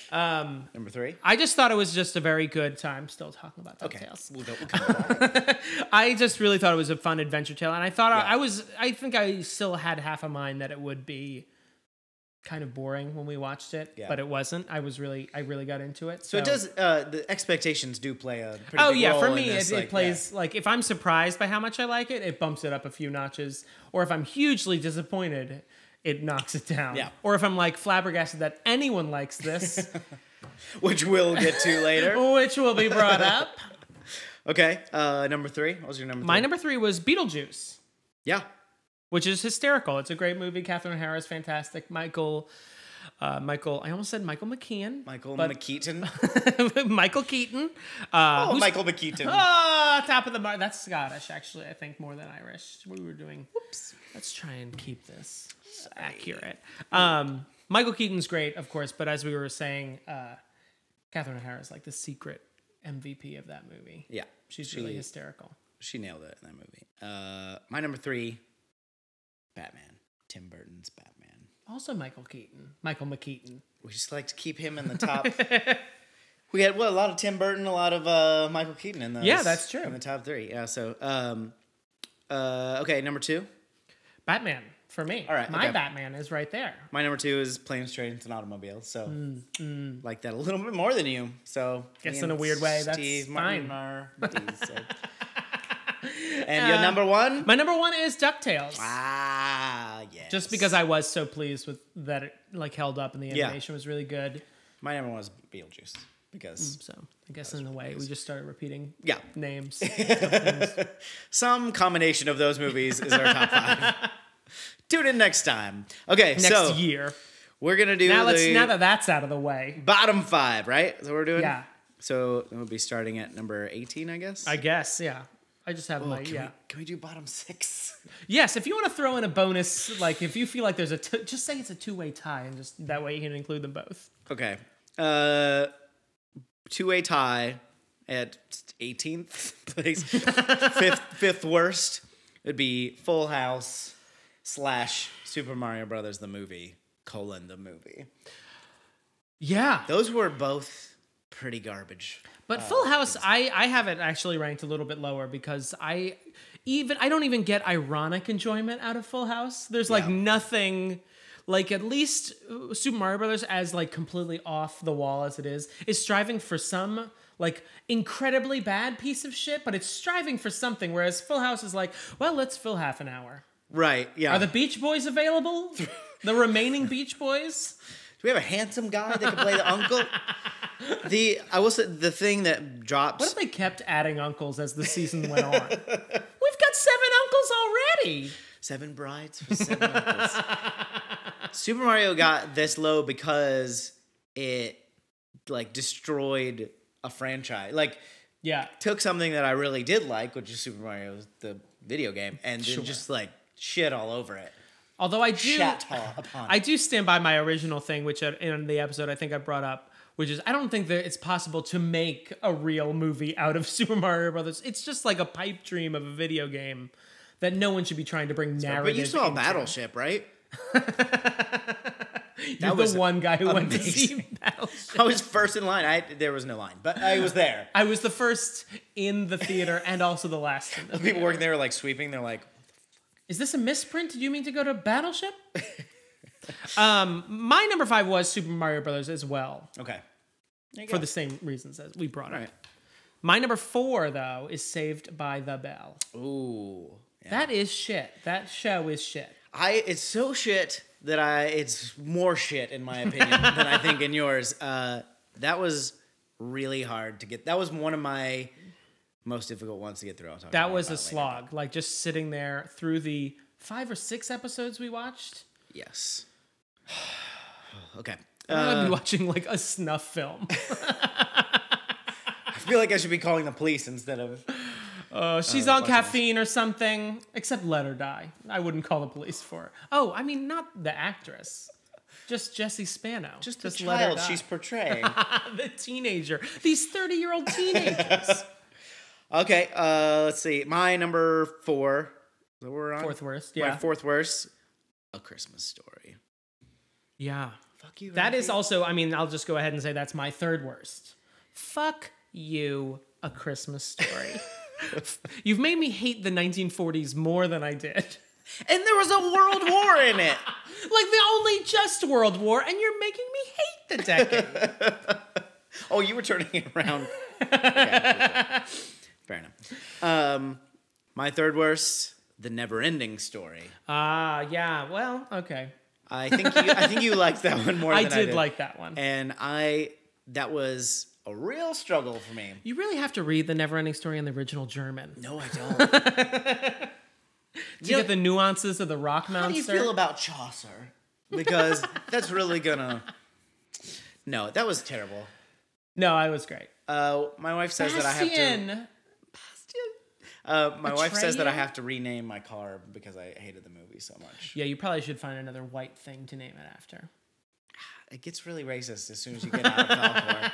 [SPEAKER 2] later.
[SPEAKER 1] number three.
[SPEAKER 2] I just thought it was just a very good time still talking about DuckTales.
[SPEAKER 1] Okay,
[SPEAKER 2] tales.
[SPEAKER 1] we'll go. We'll come back.
[SPEAKER 2] I just really thought it was a fun adventure tale, and I thought I, I was. I think I still had half a mind that it would be kind of boring when we watched it,
[SPEAKER 1] Yeah.
[SPEAKER 2] but it wasn't. I was really, I really got into it. So,
[SPEAKER 1] so it does. Uh, the expectations do play a. Pretty
[SPEAKER 2] Oh
[SPEAKER 1] big
[SPEAKER 2] yeah, for
[SPEAKER 1] role in
[SPEAKER 2] me
[SPEAKER 1] this,
[SPEAKER 2] it,
[SPEAKER 1] like,
[SPEAKER 2] it
[SPEAKER 1] yeah.
[SPEAKER 2] plays like if I'm surprised by how much I like it, it bumps it up a few notches. Or if I'm hugely disappointed, it knocks it down.
[SPEAKER 1] Yeah.
[SPEAKER 2] Or if I'm like flabbergasted that anyone likes this,
[SPEAKER 1] which we'll get to later.
[SPEAKER 2] which will be brought up.
[SPEAKER 1] Okay, uh, number three. What was your number?
[SPEAKER 2] My
[SPEAKER 1] three?
[SPEAKER 2] number three was Beetlejuice.
[SPEAKER 1] Yeah,
[SPEAKER 2] which is hysterical. It's a great movie. Catherine O'Hara is fantastic. Michael, uh, Michael, I almost said Michael McKeon.
[SPEAKER 1] Michael
[SPEAKER 2] but-
[SPEAKER 1] McKeaton.
[SPEAKER 2] Michael Keaton. Uh,
[SPEAKER 1] Oh,
[SPEAKER 2] who's-
[SPEAKER 1] Michael McKeaton.
[SPEAKER 2] Ah, top of the mark. That's Scottish, actually. I think more than Irish. We were doing. Whoops. Let's try and keep this accurate. Um, Michael Keaton's great, of course, but as we were saying, uh, Catherine O'Hara is like the secret MVP of that movie.
[SPEAKER 1] Yeah,
[SPEAKER 2] She's
[SPEAKER 1] she,
[SPEAKER 2] really hysterical.
[SPEAKER 1] she nailed it in that movie. Uh, my number three, Batman. Tim Burton's Batman.
[SPEAKER 2] Also, Michael Keaton. Michael McKeaton.
[SPEAKER 1] We just like to keep him in the top. we had well a lot of Tim Burton, a lot of uh, Michael Keaton in those.
[SPEAKER 2] Yeah, that's true.
[SPEAKER 1] In the top three. Yeah. So, um, uh, okay, number two.
[SPEAKER 2] Batman for me.
[SPEAKER 1] All right,
[SPEAKER 2] my
[SPEAKER 1] okay.
[SPEAKER 2] Batman is right there.
[SPEAKER 1] My number two is planes, trains, and automobiles. So like that a little bit more than you. So
[SPEAKER 2] Mm, Guess
[SPEAKER 1] me
[SPEAKER 2] in a
[SPEAKER 1] and
[SPEAKER 2] weird way, that's
[SPEAKER 1] Steve
[SPEAKER 2] fine.
[SPEAKER 1] Martin are buddies, so. and
[SPEAKER 2] Uh,
[SPEAKER 1] your number one.
[SPEAKER 2] My number one is Ducktales.
[SPEAKER 1] Ah, yeah.
[SPEAKER 2] Just because I was so pleased with that, it like held up and the
[SPEAKER 1] Yeah.
[SPEAKER 2] animation was really good.
[SPEAKER 1] my number one is Beetlejuice because
[SPEAKER 2] So I guess in a way we just started repeating
[SPEAKER 1] yeah,
[SPEAKER 2] names.
[SPEAKER 1] some combination of those movies is our top five. Tune in next time. Okay,
[SPEAKER 2] Next
[SPEAKER 1] so
[SPEAKER 2] year.
[SPEAKER 1] we're gonna do
[SPEAKER 2] Now let's
[SPEAKER 1] the
[SPEAKER 2] now that that's out of the way,
[SPEAKER 1] bottom five, right? So we're doing.
[SPEAKER 2] Yeah.
[SPEAKER 1] So we'll be starting at number eighteen, I guess.
[SPEAKER 2] I guess. Yeah. I just have my
[SPEAKER 1] Oh, can,
[SPEAKER 2] yeah.
[SPEAKER 1] we, can we do bottom six?
[SPEAKER 2] Yes, if you want to throw in a bonus, like if you feel like there's a, t- just say it's a two way tie, and just that way you can include them both.
[SPEAKER 1] Okay. Uh, two way tie at 18th place, fifth, fifth worst. It'd be Full House slash Super Mario Brothers the movie colon the movie.
[SPEAKER 2] Yeah,
[SPEAKER 1] Those were both pretty garbage.
[SPEAKER 2] But Full House, I, I have it actually ranked a little bit lower because I even I don't even get ironic enjoyment out of Full House. There's like
[SPEAKER 1] Yeah.
[SPEAKER 2] nothing like at least uh, Super Mario Brothers as like completely off the wall as it is is striving for some like incredibly bad piece of shit, but it's striving for something. Whereas Full House is like, well, let's fill half an hour.
[SPEAKER 1] Right? Yeah.
[SPEAKER 2] Are the Beach Boys available? the remaining Beach Boys?
[SPEAKER 1] do we have a handsome guy that can play the uncle? The I will say the thing that
[SPEAKER 2] What if
[SPEAKER 1] drops.
[SPEAKER 2] they kept adding uncles as the season went on? We've got seven uncles already.
[SPEAKER 1] Seven brides for seven uncles. Super Mario got this low because it like destroyed a franchise. Like
[SPEAKER 2] Yeah.
[SPEAKER 1] took something that I really did like, which is Super Mario the video game, and then just like shit all over it.
[SPEAKER 2] Although I do,
[SPEAKER 1] Shat all upon
[SPEAKER 2] I
[SPEAKER 1] it.
[SPEAKER 2] do stand by my original thing, which I- in the episode I think I brought up, which is I don't think that it's possible to make a real movie out of Super Mario Brothers. It's just like a pipe dream of a video game that no one should be trying to bring narrative.
[SPEAKER 1] But you saw
[SPEAKER 2] into.
[SPEAKER 1] Battleship, right?
[SPEAKER 2] You're
[SPEAKER 1] was
[SPEAKER 2] the one guy who went to
[SPEAKER 1] amazing.
[SPEAKER 2] see Battleship.
[SPEAKER 1] I was first in line. I there was no line, but I was there.
[SPEAKER 2] I was the first in the theater and also the last. In the
[SPEAKER 1] The people working there were like sweeping. They're like,
[SPEAKER 2] Is this a misprint? Did you mean to go to Battleship? um, my number five was Super Mario Brothers as well,
[SPEAKER 1] okay, There you
[SPEAKER 2] for
[SPEAKER 1] go.
[SPEAKER 2] the same reasons as we brought
[SPEAKER 1] All
[SPEAKER 2] up.
[SPEAKER 1] right.
[SPEAKER 2] My number four, though, is Saved by the Bell.
[SPEAKER 1] Ooh, yeah.
[SPEAKER 2] That is shit. That show is shit.
[SPEAKER 1] I it's so shit that I it's more shit in my opinion than I think in yours. Uh, that was really hard to get. That was one of my most difficult ones to get through. I'll talk
[SPEAKER 2] That
[SPEAKER 1] more
[SPEAKER 2] was
[SPEAKER 1] about it
[SPEAKER 2] a
[SPEAKER 1] later.
[SPEAKER 2] slog. Like just sitting there through the five or six episodes we watched.
[SPEAKER 1] Yes. okay.
[SPEAKER 2] I'm
[SPEAKER 1] Uh,
[SPEAKER 2] gonna be watching like a snuff film.
[SPEAKER 1] I feel like I should be calling the police instead of.
[SPEAKER 2] Uh, she's on
[SPEAKER 1] watching this.
[SPEAKER 2] caffeine or something. Except let her die. I wouldn't call the police for her. Oh, I mean not the actress. Just Jesse Spano.
[SPEAKER 1] Just the
[SPEAKER 2] let her
[SPEAKER 1] child
[SPEAKER 2] die.
[SPEAKER 1] she's portraying.
[SPEAKER 2] the teenager. These thirty-year-old teenagers.
[SPEAKER 1] okay, uh, let's see. My number four. Is that what we're on?
[SPEAKER 2] Fourth worst.
[SPEAKER 1] My
[SPEAKER 2] Yeah.
[SPEAKER 1] fourth worst. A Christmas story.
[SPEAKER 2] yeah.
[SPEAKER 1] Fuck you.
[SPEAKER 2] That is
[SPEAKER 1] Andy.
[SPEAKER 2] also. I mean, I'll just go ahead and say that's my third worst. Fuck you. A Christmas story. You've made me hate the 1940s more than I did.
[SPEAKER 1] And there was a world war in it.
[SPEAKER 2] Like the only just World War, and you're making me hate the decade.
[SPEAKER 1] Oh, you were turning it around. Yeah, okay. Fair enough. Um, my third worst, the never-ending story.
[SPEAKER 2] Ah, yeah. Well, okay.
[SPEAKER 1] I think you, I think you liked that one more.
[SPEAKER 2] I
[SPEAKER 1] than
[SPEAKER 2] did,
[SPEAKER 1] I did
[SPEAKER 2] like that one.
[SPEAKER 1] and I that was a real struggle for me.
[SPEAKER 2] You really have to read the Neverending Story in the original German
[SPEAKER 1] No, I don't.
[SPEAKER 2] to get the nuances of the Rock Monster.
[SPEAKER 1] How do you feel about Chaucer? Because that's really gonna. No, that was terrible.
[SPEAKER 2] no, I was great.
[SPEAKER 1] Uh, my wife says that I have to.
[SPEAKER 2] Bastion.
[SPEAKER 1] Uh, my wife says that I
[SPEAKER 2] Betrayal?
[SPEAKER 1] have to rename my car because I hated the movie so much.
[SPEAKER 2] Yeah, you probably should find another white thing to name it after.
[SPEAKER 1] It gets really racist as soon as you get out of Falcor.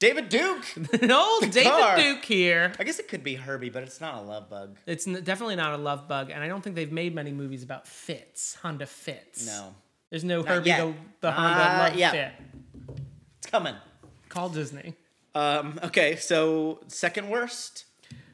[SPEAKER 1] David Duke.
[SPEAKER 2] no, David
[SPEAKER 1] car.
[SPEAKER 2] Duke here.
[SPEAKER 1] I guess it could be Herbie, but it's not a love bug.
[SPEAKER 2] It's n- definitely not a love bug, and I don't think they've made many movies about fits, Honda fits.
[SPEAKER 1] No,
[SPEAKER 2] There's no Herbie
[SPEAKER 1] yet. Uh,
[SPEAKER 2] the, the
[SPEAKER 1] Not
[SPEAKER 2] Honda love
[SPEAKER 1] yet.
[SPEAKER 2] fit.
[SPEAKER 1] it's coming.
[SPEAKER 2] Call Disney.
[SPEAKER 1] Um, okay, so second worst.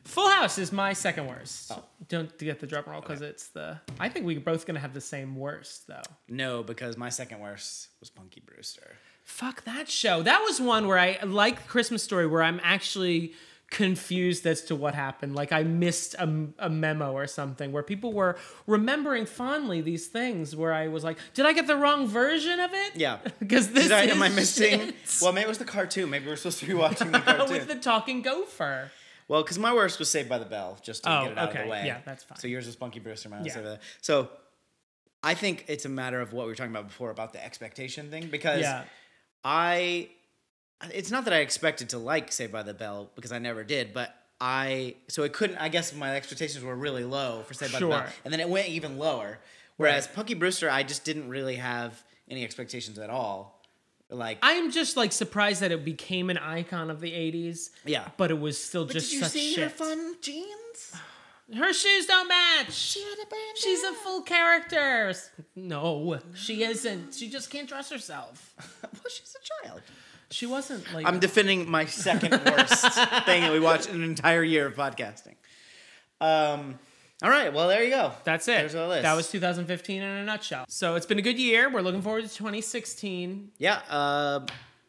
[SPEAKER 2] Full House is my second worst.
[SPEAKER 1] Oh.
[SPEAKER 2] Don't get the drum roll because it's the. I think we're both gonna have the same worst though.
[SPEAKER 1] No, because my second worst was Punky Brewster.
[SPEAKER 2] Fuck that show. That was one where I like Christmas Story, where I'm actually confused as to what happened. Like I missed a, a memo or something where people were remembering fondly these things. Where I was like, did I get the wrong version of it?
[SPEAKER 1] Yeah.
[SPEAKER 2] Because this
[SPEAKER 1] Did I,
[SPEAKER 2] is
[SPEAKER 1] am I missing?
[SPEAKER 2] shit.
[SPEAKER 1] Well, maybe it was the cartoon. Maybe we're supposed to be watching the cartoon.
[SPEAKER 2] with the talking gopher.
[SPEAKER 1] well, because my worst was Saved by the Bell, just to
[SPEAKER 2] Oh,
[SPEAKER 1] get it out of
[SPEAKER 2] okay.
[SPEAKER 1] the way.
[SPEAKER 2] Yeah, that's fine.
[SPEAKER 1] So yours was Punky Brewster, mine was
[SPEAKER 2] Yeah.
[SPEAKER 1] Saved by the So I think it's a matter of what we were talking about before about the expectation thing, because
[SPEAKER 2] Yeah.
[SPEAKER 1] I. It's not that I expected to like Saved by the Bell because I never did, but I so it couldn't. I guess my expectations were really low for Saved by the Bell,
[SPEAKER 2] Sure.
[SPEAKER 1] and then it went even lower. Whereas Punky Brewster, I just didn't really have any expectations at all. Like
[SPEAKER 2] I'm just like surprised that it became an icon of the 80s.
[SPEAKER 1] Yeah.
[SPEAKER 2] But it was still just such shit.
[SPEAKER 1] jeans?
[SPEAKER 2] Her shoes don't match. She's a full character. No, she isn't. She just can't dress herself.
[SPEAKER 1] well, she's a child.
[SPEAKER 2] She wasn't like
[SPEAKER 1] I'm defending my second worst thing that we watched in an entire year of podcasting. Um, all right, well there you go.
[SPEAKER 2] That's it.
[SPEAKER 1] There's our list.
[SPEAKER 2] That was 2015 in a nutshell. So it's been a good year. We're looking forward to 2016.
[SPEAKER 1] yeah. Uh,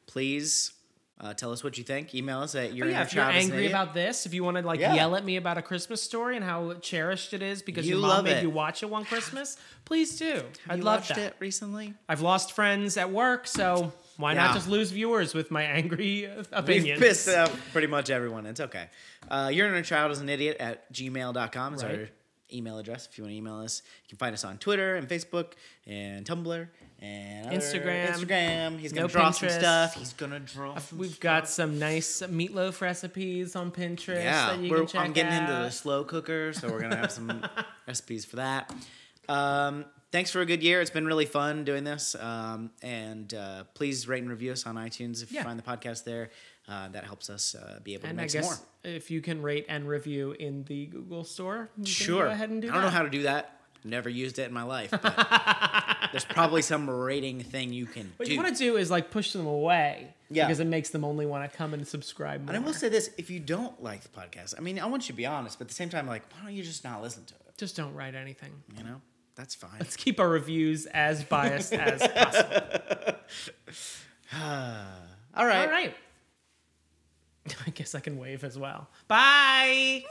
[SPEAKER 1] please uh, tell us what you think. Email us at your
[SPEAKER 2] But Oh, yeah,
[SPEAKER 1] inner
[SPEAKER 2] if you're
[SPEAKER 1] child is an
[SPEAKER 2] angry
[SPEAKER 1] idiot.
[SPEAKER 2] about this, if you want to like
[SPEAKER 1] Yeah.
[SPEAKER 2] yell at me about a Christmas story and how cherished it is because
[SPEAKER 1] You
[SPEAKER 2] your mom
[SPEAKER 1] love
[SPEAKER 2] made
[SPEAKER 1] it.
[SPEAKER 2] you watch it one Christmas, please do.
[SPEAKER 1] Have
[SPEAKER 2] I'd
[SPEAKER 1] you
[SPEAKER 2] love
[SPEAKER 1] watched
[SPEAKER 2] that.
[SPEAKER 1] it recently.
[SPEAKER 2] I've lost friends at work, so why
[SPEAKER 1] Yeah.
[SPEAKER 2] not just lose viewers with my angry uh,
[SPEAKER 1] We've
[SPEAKER 2] opinions?
[SPEAKER 1] pissed out pretty much everyone. It's okay. Uh, your inner child is an idiot at gmail.com is our
[SPEAKER 2] Right.
[SPEAKER 1] email address if you want to email us. You can find us on Twitter and Facebook and Tumblr and other-
[SPEAKER 2] Instagram.
[SPEAKER 1] Instagram. He's going
[SPEAKER 2] No
[SPEAKER 1] to draw some
[SPEAKER 2] Pinterest.
[SPEAKER 1] stuff. He's going to draw. some
[SPEAKER 2] We've got some nice meatloaf recipes on Pinterest
[SPEAKER 1] yeah,
[SPEAKER 2] that you
[SPEAKER 1] we're,
[SPEAKER 2] can check
[SPEAKER 1] I'm getting
[SPEAKER 2] out.
[SPEAKER 1] into the slow cooker, so we're gonna have some recipes for that. Um, thanks for a good year. It's been really fun doing this, um, and uh, please rate and review us on iTunes if you
[SPEAKER 2] Yeah.
[SPEAKER 1] find the podcast there. Uh, that helps us uh, be able
[SPEAKER 2] And
[SPEAKER 1] to
[SPEAKER 2] I
[SPEAKER 1] make some
[SPEAKER 2] guess
[SPEAKER 1] more.
[SPEAKER 2] if you can rate and review in the Google store, you can
[SPEAKER 1] Sure.
[SPEAKER 2] go ahead and do
[SPEAKER 1] I don't
[SPEAKER 2] that.
[SPEAKER 1] know how to do that. Never used it in my life. But there's probably some rating thing you can
[SPEAKER 2] what
[SPEAKER 1] do.
[SPEAKER 2] you want to do is like push them away
[SPEAKER 1] Yeah.
[SPEAKER 2] because it makes them only want to come and subscribe more.
[SPEAKER 1] and I will say this: if you don't like the podcast, I mean, I want you to be honest, but at the same time, like, why don't you just not listen to it?
[SPEAKER 2] Just don't write anything.
[SPEAKER 1] You know, that's fine.
[SPEAKER 2] Let's keep our reviews as biased as possible.
[SPEAKER 1] All right.
[SPEAKER 2] All right. I guess I can wave as well. Bye.